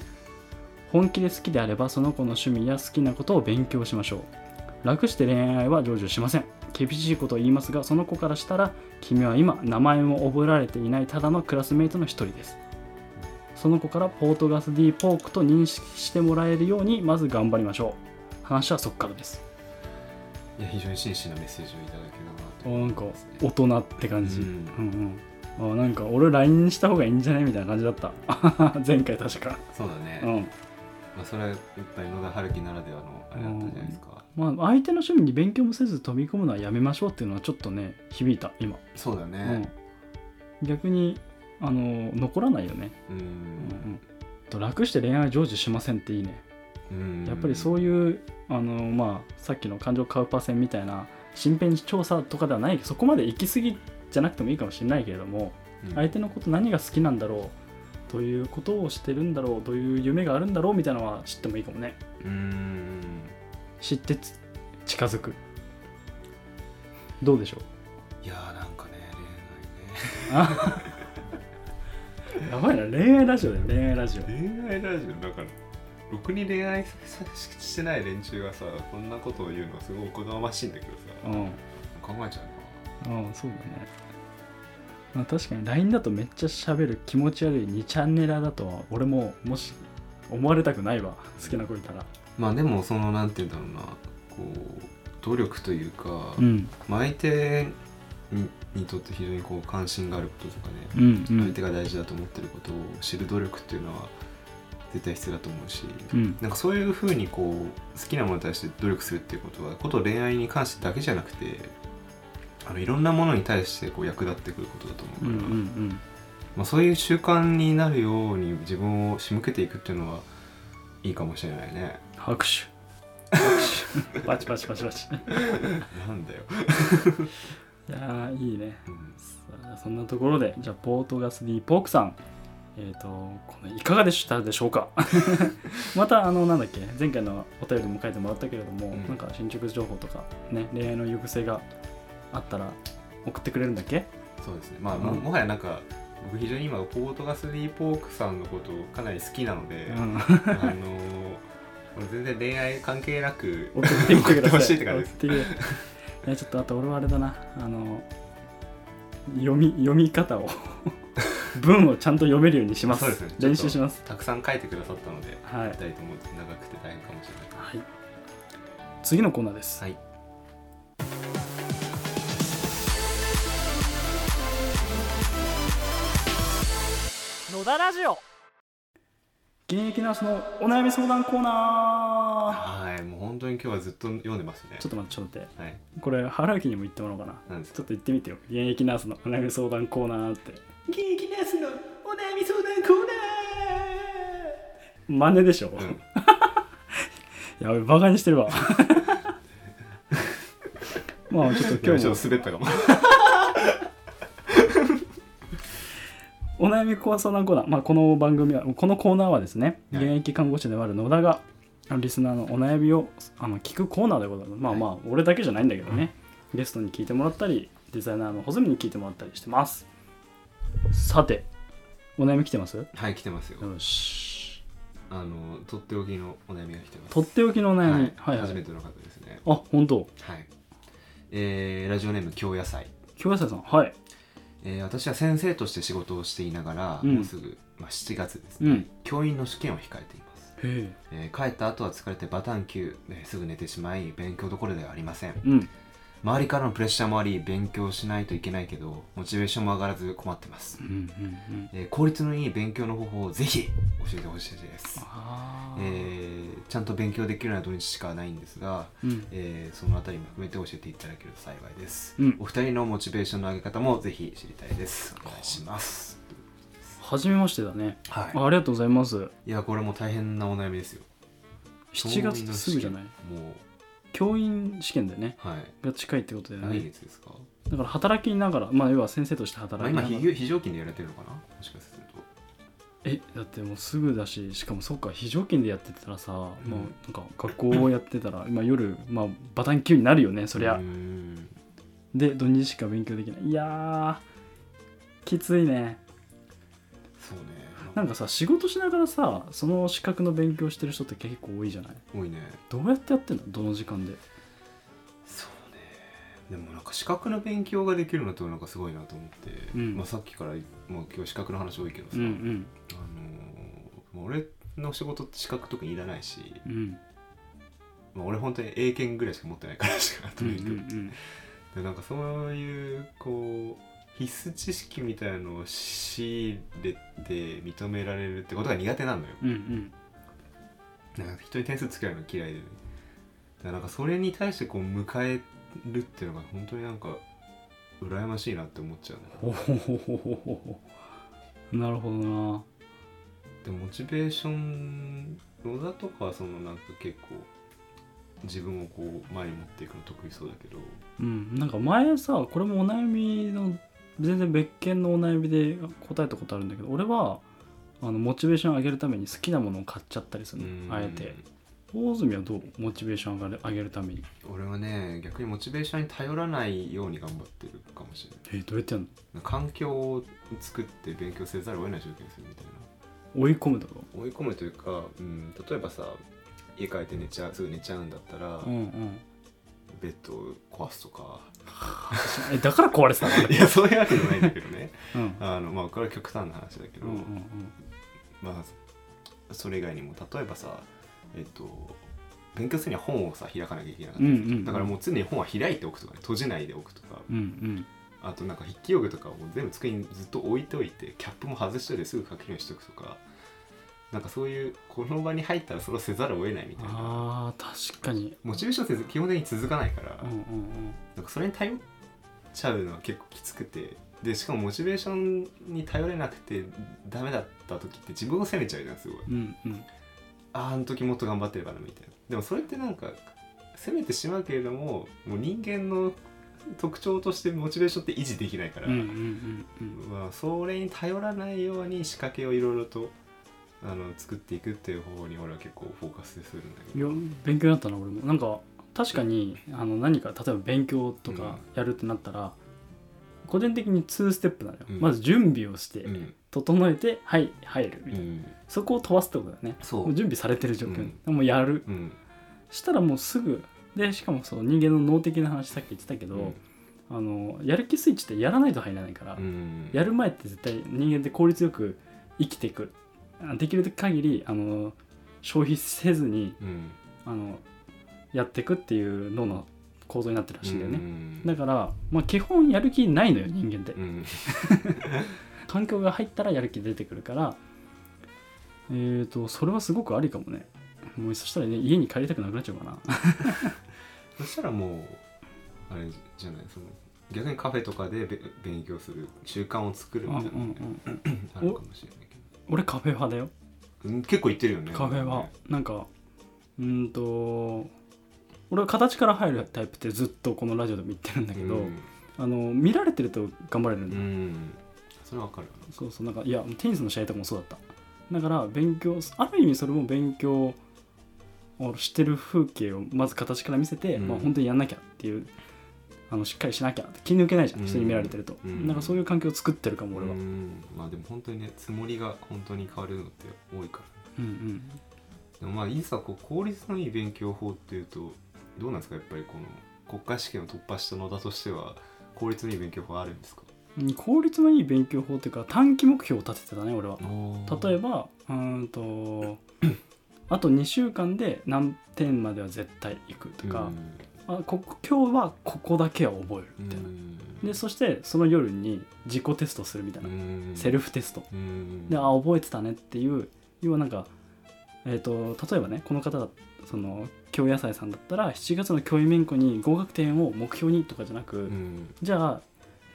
[SPEAKER 2] 本気で好きであればその子の趣味や好きなことを勉強しましょう楽して恋愛は成就しません厳しいことを言いますがその子からしたら君は今名前も覚えられていないただのクラスメイトの一人ですその子からポートガス D ポークと認識してもらえるようにまず頑張りましょう話はそっからです
[SPEAKER 1] いや非常に真摯なメッセージをいただけたなと
[SPEAKER 2] あ
[SPEAKER 1] 思
[SPEAKER 2] ないんか
[SPEAKER 1] ますね
[SPEAKER 2] 大人って感じ、
[SPEAKER 1] う
[SPEAKER 2] うんん、うんあなんか俺 LINE した方がいいんじゃないみたいな感じだった 前回確か
[SPEAKER 1] そうだね、
[SPEAKER 2] うん
[SPEAKER 1] まあ、それはやっぱり野田春樹ならではのあれだったじゃないですか、
[SPEAKER 2] まあ、相手の趣味に勉強もせず飛び込むのはやめましょうっていうのはちょっとね響いた今、
[SPEAKER 1] そうだね
[SPEAKER 2] うん、逆にあの残らないよね、
[SPEAKER 1] うん
[SPEAKER 2] うんと楽して恋愛成就しませんっていいね
[SPEAKER 1] うん
[SPEAKER 2] やっぱりそう
[SPEAKER 1] い
[SPEAKER 2] いうあの、まあ、さっきの感情カウパー線みたいな身辺調査とかではないそこまで行き過ぎじゃなくてもいいかもしれないけれども
[SPEAKER 1] うん、
[SPEAKER 2] 相手のこと何が好きなんだろうどういうことをしてるんだろうどういう夢があるんだろうみたいなのは知ってもいいかもね
[SPEAKER 1] うん
[SPEAKER 2] 知ってつ近づくどうでしょう
[SPEAKER 1] いやーなんかね
[SPEAKER 2] あやばいな恋愛ラジオだよ恋愛ラジオ
[SPEAKER 1] 恋愛ね恋愛ラジオだからろくに恋愛してない連中がさこんなことを言うのはすごいおこがましいんだけどさ
[SPEAKER 2] うん
[SPEAKER 1] 考えちゃうな
[SPEAKER 2] うんそうだねまあ、確かに LINE だとめっちゃ喋る気持ち悪い2チャンネラだとは俺ももし思われたくないわ好きな子いたら
[SPEAKER 1] まあでもそのなんて言うんだろうなこう努力というか、
[SPEAKER 2] うん
[SPEAKER 1] まあ相手ににとって非常にこう関心があることとかね、
[SPEAKER 2] うんう
[SPEAKER 1] 相
[SPEAKER 2] ん
[SPEAKER 1] 手が大事だと思ってることを知る努力っていうのは絶対必要だと思うし、
[SPEAKER 2] うん
[SPEAKER 1] なんかそういうふうにこう好きなものに対して努力するっていうことはこと恋愛に関してだけじゃなくてあのいろんなものに対してこう役立ってくることだと思う
[SPEAKER 2] うんう
[SPEAKER 1] から、
[SPEAKER 2] ん
[SPEAKER 1] まあ、そういう習慣になるように自分を仕向けていくっていうのはいいかもしれないね。
[SPEAKER 2] 拍手 拍手パチパチパチパチ
[SPEAKER 1] なんだよ、
[SPEAKER 2] いやーいいね
[SPEAKER 1] うん
[SPEAKER 2] さあそんなところでじゃあポートガス D ポークさんえっ、とこのいかがでしたでしょうか またあのなんだっけ前回のお便りも書いてもらったけれども、
[SPEAKER 1] うん
[SPEAKER 2] なんか進捗情報とかね恋愛の行く末があったら送ってくれるんだっけ
[SPEAKER 1] そうですねまあももはやなんか僕非常に今ポートガスリーポークさんのことをかなり好きなので、あ
[SPEAKER 2] うん
[SPEAKER 1] のー、俺全然恋愛関係なく
[SPEAKER 2] 送ってみてくださ
[SPEAKER 1] 送ってほ
[SPEAKER 2] い
[SPEAKER 1] しいって感じです
[SPEAKER 2] 送っていやちょっとあと俺はあれだなあの読み読み 方を文をちゃんと読めるようにします
[SPEAKER 1] そうですねちょっと
[SPEAKER 2] 練習します
[SPEAKER 1] たくさん書いてくださったので
[SPEAKER 2] はい、はい
[SPEAKER 1] たいと思うと長くて大変かもしれない
[SPEAKER 2] 次のコーナーです、
[SPEAKER 1] はい
[SPEAKER 3] 野田ラジオ
[SPEAKER 2] 現役ナースのお悩み相談コーナ
[SPEAKER 1] はいもう本当に今日はずっと読んでますね
[SPEAKER 2] ーちょっと待ってちょっと待って
[SPEAKER 1] はい
[SPEAKER 2] これ原脇にも言ってもらおうかな
[SPEAKER 1] なんです
[SPEAKER 2] ち
[SPEAKER 1] か
[SPEAKER 2] ょっと言ってみてよ現役ナースのお悩み相談コーナーって
[SPEAKER 1] 現役ナースのお悩み相談コー
[SPEAKER 2] 真似でしょ、
[SPEAKER 1] ナーうん
[SPEAKER 2] やべバカにしてるわ まあちょっ
[SPEAKER 1] 今日
[SPEAKER 2] と今日
[SPEAKER 1] ちょ
[SPEAKER 2] も
[SPEAKER 1] っと滑ったかも
[SPEAKER 2] お悩み相談コーナー、まあ、この番組はこのコーナーはですね、
[SPEAKER 1] はい
[SPEAKER 2] 現役看護師である野田があのリスナーのお悩みをあの聞くコーナーでございますまあまあ俺だけじゃないんだけどね、ゲストに聞いてもらったりデザイナーの穂積に聞いてもらったりしてますさてお悩み来てますよ
[SPEAKER 1] はい来てますよ
[SPEAKER 2] し
[SPEAKER 1] あのとっておきのお悩みが来てます
[SPEAKER 2] とっておきのお悩
[SPEAKER 1] は、
[SPEAKER 2] み、はいい、はい
[SPEAKER 1] 初めての方ですね
[SPEAKER 2] あ本当
[SPEAKER 1] はいえーラジオネーム京野菜
[SPEAKER 2] 京野菜さんはい
[SPEAKER 1] えー私は先生として仕事をしていながら、
[SPEAKER 2] うん
[SPEAKER 1] もうすぐ、まあ、7月です
[SPEAKER 2] う
[SPEAKER 1] ね、
[SPEAKER 2] んへ
[SPEAKER 1] 教員の試験を控えています、
[SPEAKER 2] え
[SPEAKER 1] えー帰った後は疲れてバタン休、えーすぐ寝てしまい勉強どころではありません
[SPEAKER 2] うん
[SPEAKER 1] 周りからのプレッシャーもあり勉強しないといけないけどモチベーションも上がらず困ってます
[SPEAKER 2] うんう、ん
[SPEAKER 1] えー効率のいい勉強の方法をぜひ教えてほしいです、
[SPEAKER 2] あ
[SPEAKER 1] え
[SPEAKER 2] ー
[SPEAKER 1] ーちゃんと勉強できるような土日しかないんですが、
[SPEAKER 2] うん
[SPEAKER 1] えーそのあたりも含めて教えていただけると幸いです、
[SPEAKER 2] うん
[SPEAKER 1] お二人のモチベーションの上げ方もぜひ知りたいですお願いします
[SPEAKER 2] 初めましてだね
[SPEAKER 1] はい
[SPEAKER 2] あありがとうございます
[SPEAKER 1] いやこれも大変なお悩みですよ
[SPEAKER 2] 7月ってすぐじゃない
[SPEAKER 1] もう
[SPEAKER 2] 教員試験でね
[SPEAKER 1] はい
[SPEAKER 2] が近いってことだよ
[SPEAKER 1] 来
[SPEAKER 2] ね
[SPEAKER 1] 月ですか、
[SPEAKER 2] だから働きながらまあ要は先生として働
[SPEAKER 1] まあ、
[SPEAKER 2] きな
[SPEAKER 1] 今
[SPEAKER 2] が
[SPEAKER 1] 非常
[SPEAKER 2] ら、
[SPEAKER 1] 非常勤でやられてるのかなもしかすると
[SPEAKER 2] えだってもうすぐだししかもそっか非常勤でやってたらさ、
[SPEAKER 1] ん
[SPEAKER 2] もうなんか学校をやってたら今夜まあバタン級になるよねそりゃ、
[SPEAKER 1] うーん
[SPEAKER 2] で土日しか勉強できないいやーきついね
[SPEAKER 1] そうね
[SPEAKER 2] なんかさ仕事しながらさその資格の勉強してる人って結構多いじゃない
[SPEAKER 1] 多いね
[SPEAKER 2] どうやってやってんのどの時間で
[SPEAKER 1] そうねでもなんか資格の勉強ができるのとなんかすごいなと思って、
[SPEAKER 2] うん
[SPEAKER 1] まあ、さっきからもう今日資格の話多いけどさ、
[SPEAKER 2] うん
[SPEAKER 1] あのーまあ俺の仕事って資格特にいらないし、
[SPEAKER 2] うんうん
[SPEAKER 1] まあ、俺本当に英検ぐらいしか持ってないからしか
[SPEAKER 2] うん
[SPEAKER 1] 勉強、でなんかそういうこう必須知識みたいなのを仕入れて認められるってことが苦手なのよ
[SPEAKER 2] うんうんうん
[SPEAKER 1] なんか人に点数つけられるの嫌いでだからなんかそれに対してこう迎えるっていうのが本当になんか羨ましいなって思っちゃうね
[SPEAKER 2] ほほほほほほなるほどな
[SPEAKER 1] でもモチベーション野田とかはそのなんか結構自分をこう前に持っていくの得意そうだけど
[SPEAKER 2] うんなんか前さこれもお悩みの全然別件のお悩みで答えたことあるんだけど俺はあのモチベーション上げるために好きなものを買っちゃったりするのあえて大泉はどうモチベーション上がる上げるために
[SPEAKER 1] 俺はね逆にモチベーションに頼らないように頑張ってるかもしれない
[SPEAKER 2] えどうやってやる
[SPEAKER 1] 環境を作って勉強せざるを得ない状況にするみたいな
[SPEAKER 2] の追い込むだろ
[SPEAKER 1] 追い込むというか、うん、例えばさ家帰って寝ちゃうすぐ寝ちゃうんだったら、
[SPEAKER 2] うんうん
[SPEAKER 1] ベッドを壊すとか
[SPEAKER 2] えだから壊れてたのあれ
[SPEAKER 1] いやそういうわけじゃないんだけどね
[SPEAKER 2] うん
[SPEAKER 1] あのまあこれは極端な話だけど、
[SPEAKER 2] うんうん
[SPEAKER 1] まあそれ以外にも例えばさえっと勉強するには本をさ開かなきゃいけなかった
[SPEAKER 2] うんう
[SPEAKER 1] り
[SPEAKER 2] ん
[SPEAKER 1] する、
[SPEAKER 2] うん
[SPEAKER 1] だからもう常に本は開いておくとか、ね、閉じないでおくとか
[SPEAKER 2] うんうん
[SPEAKER 1] あとなんか筆記用具とかをもう全部机にずっと置いておいてキャップも外しといてすぐ書けるようにしとくとかなんかそういうこの場に入ったらそれをせざるを得ないみたいな
[SPEAKER 2] あー確かに
[SPEAKER 1] モチベーションせず基本的に続かないから、
[SPEAKER 2] うんうん
[SPEAKER 1] なんかそれに頼っちゃうのは結構きつくてでしかもモチベーションに頼れなくてダメだった時って自分を責めちゃうじゃんすごい
[SPEAKER 2] うんうんうん
[SPEAKER 1] あーあの時もっと頑張ってればなみたいなでもそれってなんか責めてしまうけれどももう人間の特徴としてモチベーションって維持できないから、
[SPEAKER 2] うんうんうんうん
[SPEAKER 1] まあ、それに頼らないように仕掛けをいろいろとあの作っていくっていう方法に俺は結構フォーカスするんだけ
[SPEAKER 2] い
[SPEAKER 1] ど
[SPEAKER 2] や勉強になったな俺もなんか確かにあの何か例えば勉強とかやるってなったら、個人的に2ステップなのよ、
[SPEAKER 1] うん
[SPEAKER 2] まず準備をして、
[SPEAKER 1] うん、
[SPEAKER 2] 整えてはい入るみたいな、そこを飛ばすってことだよね
[SPEAKER 1] そ
[SPEAKER 2] もう
[SPEAKER 1] う、
[SPEAKER 2] 準備されてる状況に、もうやる
[SPEAKER 1] うん、
[SPEAKER 2] したらもうすぐでしかもそう人間の脳的な話さっき言ってたけど、あのやる気スイッチってやらないと入らないから、
[SPEAKER 1] うん、
[SPEAKER 2] やる前って絶対人間って効率よく生きていくあできる限りあの消費せずに
[SPEAKER 1] うん、
[SPEAKER 2] あのやっていくっていう脳の構造になってるらしいんだよね、
[SPEAKER 1] うん
[SPEAKER 2] だから、まあ、基本やる気ないのよ人間って、
[SPEAKER 1] うん、
[SPEAKER 2] 環境が入ったらやる気出てくるからえーとそれはすごくありかもねもうそしたらね家に帰りたくなくなっちゃうかな
[SPEAKER 1] そしたらもうあれじゃないその逆にカフェとかでべ勉強する習慣を作るみ
[SPEAKER 2] うん
[SPEAKER 1] た
[SPEAKER 2] う
[SPEAKER 1] いな
[SPEAKER 2] ん
[SPEAKER 1] のね
[SPEAKER 2] うん
[SPEAKER 1] あるかもしれないけ
[SPEAKER 2] 俺カフェ派だよ
[SPEAKER 1] ど、うん、結構行ってるよね
[SPEAKER 2] カフェはなんかうーんと俺は形から入るタイプってずっとこのラジオでも言ってるんだ
[SPEAKER 1] だ
[SPEAKER 2] けど、
[SPEAKER 1] うん、
[SPEAKER 2] あの見られてると頑張れるん
[SPEAKER 1] う
[SPEAKER 2] だ、
[SPEAKER 1] んそれはわかる
[SPEAKER 2] そうそうなんかいやテニスの試合とかもそうだっただから勉強ある意味それも勉強をしてる風景をまず形から見せて、
[SPEAKER 1] うん
[SPEAKER 2] まあ本当にやんなきゃっていうあのしっかりしなきゃって気抜けないじゃん、
[SPEAKER 1] うん
[SPEAKER 2] 人に見られてると、
[SPEAKER 1] うん
[SPEAKER 2] なんかそういう環境を作ってるかも俺は、
[SPEAKER 1] う
[SPEAKER 2] うん
[SPEAKER 1] んまあでも本当にねつもりが本当に変わるのって多いから
[SPEAKER 2] うん、
[SPEAKER 1] でもまあいざこう効率のいい勉強法っていうとどうなんですかやっぱりこの国家試験を突破した野田としては効率のいい勉強法あるんですか
[SPEAKER 2] うん効率のいい勉強法っていうか短期目標を立ててたね俺は例え
[SPEAKER 1] ば
[SPEAKER 2] ばうーんとあと2週間で何点までは絶対行くとか、あこ今日はここだけは覚えるみたいな、でそしてその夜に自己テストするみたいな、セル
[SPEAKER 1] フ
[SPEAKER 2] フテスト
[SPEAKER 1] で
[SPEAKER 2] であ覚えてたねっていう要はなんか、えー、と例えばねこの方だその京野菜さんだったら7月の教員免許に合格点を目標にとかじゃなく、
[SPEAKER 1] うん
[SPEAKER 2] じゃあ、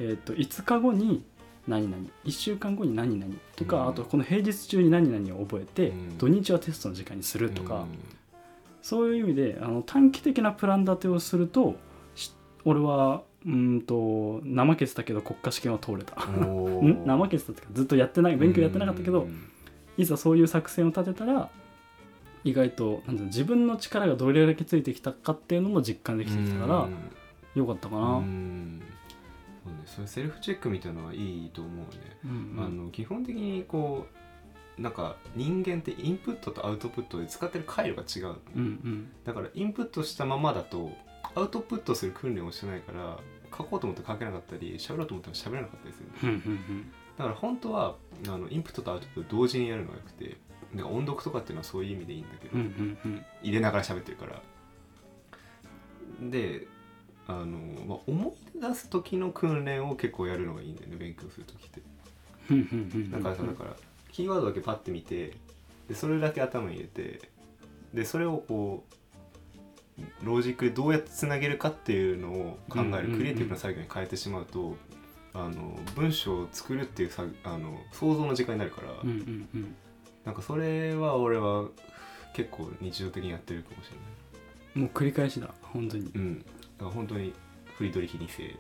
[SPEAKER 2] えー、と5日後に何々1週間後に何々とか、
[SPEAKER 1] うん
[SPEAKER 2] あとこの平日中に何々を覚えて、
[SPEAKER 1] うん
[SPEAKER 2] 土日はテストの時間にするとか、そういう意味であの短期的なプラン立てをするとし俺はうーんと怠けてたけど国家試験は通れた。ん怠けてたっていうかずっとやってない勉強やってなかったけど、いざそういう作戦を立てたら意外となんていうの自分の力がどれだけついてきたかっていうのも実感できてきたから、よかったかな。
[SPEAKER 1] うんそうねそういうセルフチェックみたいのはいいと思うね
[SPEAKER 2] うん
[SPEAKER 1] あの基本的にこうなんか人間ってインプットとアウトプットで使ってる回路が違うの
[SPEAKER 2] うんうん
[SPEAKER 1] だからインプットしたままだとアウトプットする訓練をしてないから書こうと思っても書けなかったり喋ろうと思っても喋れなかったりする
[SPEAKER 2] うんうんうん
[SPEAKER 1] だから本当はあのインプットとアウトプット同時にやるのがよくてなんか音読とかっていうのはそういう意味でいいんだけど、
[SPEAKER 2] うんうんうん
[SPEAKER 1] 入れながら喋ってるからであの、まあ、思い出す時の訓練を結構やるのがいいんだよね勉強する時って
[SPEAKER 2] うんうんうんうん
[SPEAKER 1] だからさだからキーワードだけパッて見てでそれだけ頭に入れてでそれをこうロジックでどうやってつなげるかっていうのを考
[SPEAKER 2] うんう
[SPEAKER 1] え
[SPEAKER 2] んうんう
[SPEAKER 1] る
[SPEAKER 2] ん
[SPEAKER 1] クリエイティブな作業に変えてしまうとあの文章を作るっていうさあの想像の時間になるから、
[SPEAKER 2] うんうんうん
[SPEAKER 1] なんかそれは俺は結構日常的にやってるかもし
[SPEAKER 2] もう繰り返しだ本当に
[SPEAKER 1] れない。うん、だから本当にフリードリヒ2世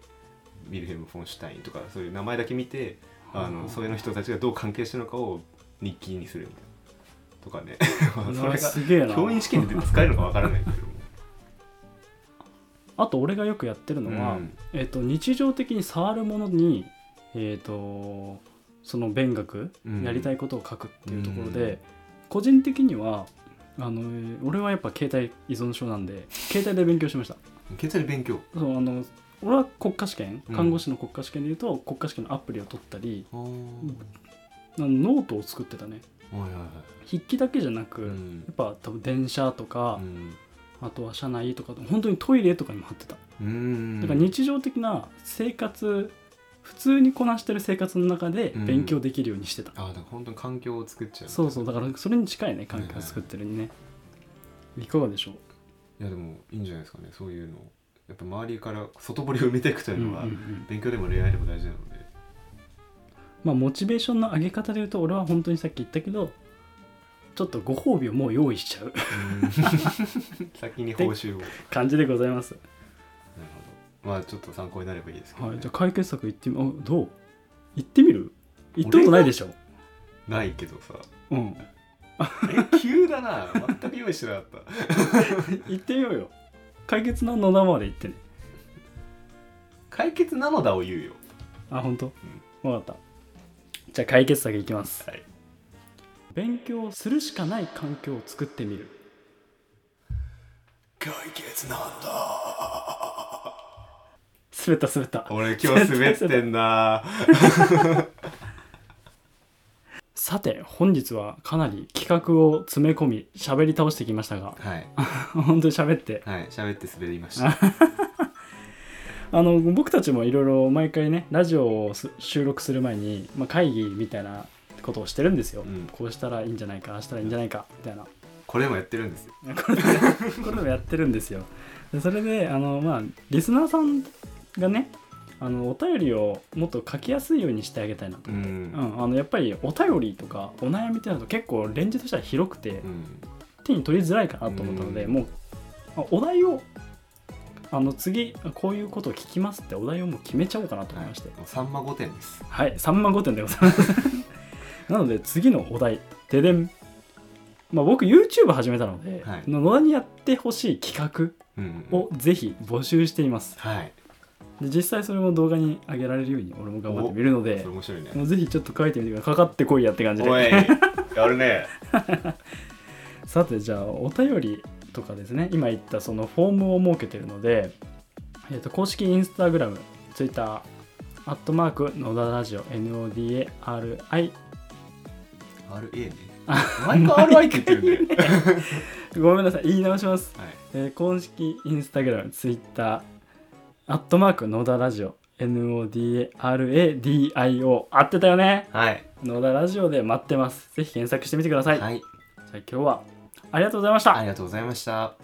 [SPEAKER 1] ビルヘルム・フォンシュタインとかそういう名前だけ見てあのそういうの人たちがどう関係してるのかを日記にするみたいなとかねまあ
[SPEAKER 2] う
[SPEAKER 1] そ
[SPEAKER 2] わ
[SPEAKER 1] れ
[SPEAKER 2] すげえ
[SPEAKER 1] が
[SPEAKER 2] な
[SPEAKER 1] 教員試験で使えるのかわからないけども、
[SPEAKER 2] あと俺がよくやってるのは、
[SPEAKER 1] うん
[SPEAKER 2] えっと日常的に触るものにえっ、とその勉学、
[SPEAKER 1] うん
[SPEAKER 2] やりたいことを書くっていうところで、
[SPEAKER 1] うん
[SPEAKER 2] 個人的にはあの俺はやっぱ携帯依存症なんで携帯で勉強しました
[SPEAKER 1] 血液勉強
[SPEAKER 2] そうあの俺は国家試験
[SPEAKER 1] うん
[SPEAKER 2] 看護師の国家試験でいうと、国家試験のアプリを取ったり
[SPEAKER 1] あー
[SPEAKER 2] あのノートを作ってたね
[SPEAKER 1] はいはいは
[SPEAKER 2] 筆記だけじゃなく、
[SPEAKER 1] い
[SPEAKER 2] や
[SPEAKER 1] ん
[SPEAKER 2] っぱ多分電車と
[SPEAKER 1] う
[SPEAKER 2] か、
[SPEAKER 1] ん
[SPEAKER 2] あとは車内とか本当にトイレとかにも貼ってた、
[SPEAKER 1] うん
[SPEAKER 2] だから日常的な生活普通にこなしてる生活の中で
[SPEAKER 1] うん
[SPEAKER 2] 勉強できるようにしてた、
[SPEAKER 1] あーだから本当に環境を作っちゃう
[SPEAKER 2] そうそうだからそれに近いね環境を作ってるにね、いかがでしょう
[SPEAKER 1] いやでもいいんじゃないですかねそういうのやっぱ周りから外堀を埋めていくというのは、
[SPEAKER 2] うんうんうん
[SPEAKER 1] 勉強でも恋愛でも大事なので
[SPEAKER 2] まあモチベーションの上げ方で言うと俺は本当にさっき言ったけどちょっとご褒美をもう用意しちゃう
[SPEAKER 1] 先に報酬をなる
[SPEAKER 2] 感じでございます
[SPEAKER 1] ほどまあちょっと参考になればいいですけど、ね
[SPEAKER 2] はいじゃあ解決策言ってみあどう行ってみる行ったことないでしょ
[SPEAKER 1] ないけどさ
[SPEAKER 2] うん
[SPEAKER 1] え急だな全く用意してなかった
[SPEAKER 2] 行ってみようよ解決の野田まで行ってね
[SPEAKER 1] 解決なのだを言うよ
[SPEAKER 2] あ本当、わかったじゃあ解決策いきます
[SPEAKER 1] はい
[SPEAKER 2] 勉強するしかない環境を作ってみる
[SPEAKER 1] 解決なんだ
[SPEAKER 2] 滑った滑った
[SPEAKER 1] 俺今日滑ってん な
[SPEAKER 2] さて本日はかなり企画を詰め込み喋り倒してきましたが
[SPEAKER 1] はい
[SPEAKER 2] 本当に喋って
[SPEAKER 1] はい喋って滑りま した
[SPEAKER 2] あの僕たちもいろいろ毎回ねラジオをす収録する前に、まあ、会議みたいなことをしてるんですよ、
[SPEAKER 1] うん
[SPEAKER 2] こうしたらいいんじゃないかああしたらいいんじゃないかみたいな
[SPEAKER 1] これもやってるんですよ
[SPEAKER 2] これでこれでもやってるんですよでそれであのまあリスナーさんがねあのお便りをもっと書きやすいようにしてあげたいなと
[SPEAKER 1] う
[SPEAKER 2] 思って、うんんあのやっぱりお便りとかお悩みってなると結構レンジとしては広くて
[SPEAKER 1] うん
[SPEAKER 2] 手に取りづらいかなと思ったので、
[SPEAKER 1] うん
[SPEAKER 2] もうあお題をあの次こういうことを聞きますってお題をもう決めちゃおうかなと思
[SPEAKER 1] はいい
[SPEAKER 2] まして、
[SPEAKER 1] もうさんま御殿です
[SPEAKER 2] はい、3万5点でございます。 なので、次のお題、ででん。まあ、僕、YouTube 始めたので、
[SPEAKER 1] はい
[SPEAKER 2] 野田にやってほしい企
[SPEAKER 1] うん
[SPEAKER 2] 画をぜひ募集しています。
[SPEAKER 1] はい
[SPEAKER 2] で実際、それも動画に上げられるように、俺も頑張ってみるの
[SPEAKER 1] そ
[SPEAKER 2] で
[SPEAKER 1] れ、面白いね
[SPEAKER 2] もうぜひちょっと書いてみてください。かかってこいやって感じ
[SPEAKER 1] お
[SPEAKER 2] で。
[SPEAKER 1] いやるね
[SPEAKER 2] さて、じゃあ、お便りとかですね、今言ったそのフォームを設けてるので、えー、と公式 Instagram、Twitter、アットマーク、野田ラジオ、NODARI
[SPEAKER 1] RA ね毎回 RI って言ってるん だよ
[SPEAKER 2] ごめんなさい、言い直します。
[SPEAKER 1] はい
[SPEAKER 2] えー公式インスタグラム、ツイッター、アットマーク、野田ラジオ、NODARADIO、合ってたよね
[SPEAKER 1] はい。
[SPEAKER 2] 野田ラジオで待ってます。ぜひ検索してみてください。
[SPEAKER 1] はい。
[SPEAKER 2] じゃあ今日は、ありがとうございました。
[SPEAKER 1] ありがとうございました。